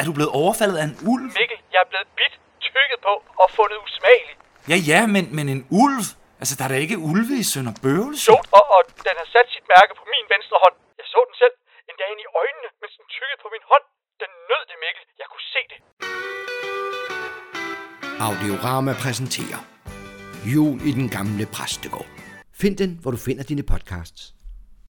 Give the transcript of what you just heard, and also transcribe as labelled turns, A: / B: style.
A: Er du blevet overfaldet af en ulv?
B: Mikkel, jeg er blevet bidt, tykket på og fundet usmagelig.
A: Ja, ja, men, men en ulv? Altså, der er da ikke ulve i Sønderbøvelse?
B: Jo, og, og den har sat sit mærke på min venstre hånd. Jeg så den selv, endda ind i øjnene, mens den tykkede på min hånd. Den nød det, Mikkel. Jeg kunne se det.
C: Audiorama præsenterer Jul i den gamle præstegård. Find den, hvor du finder dine podcasts.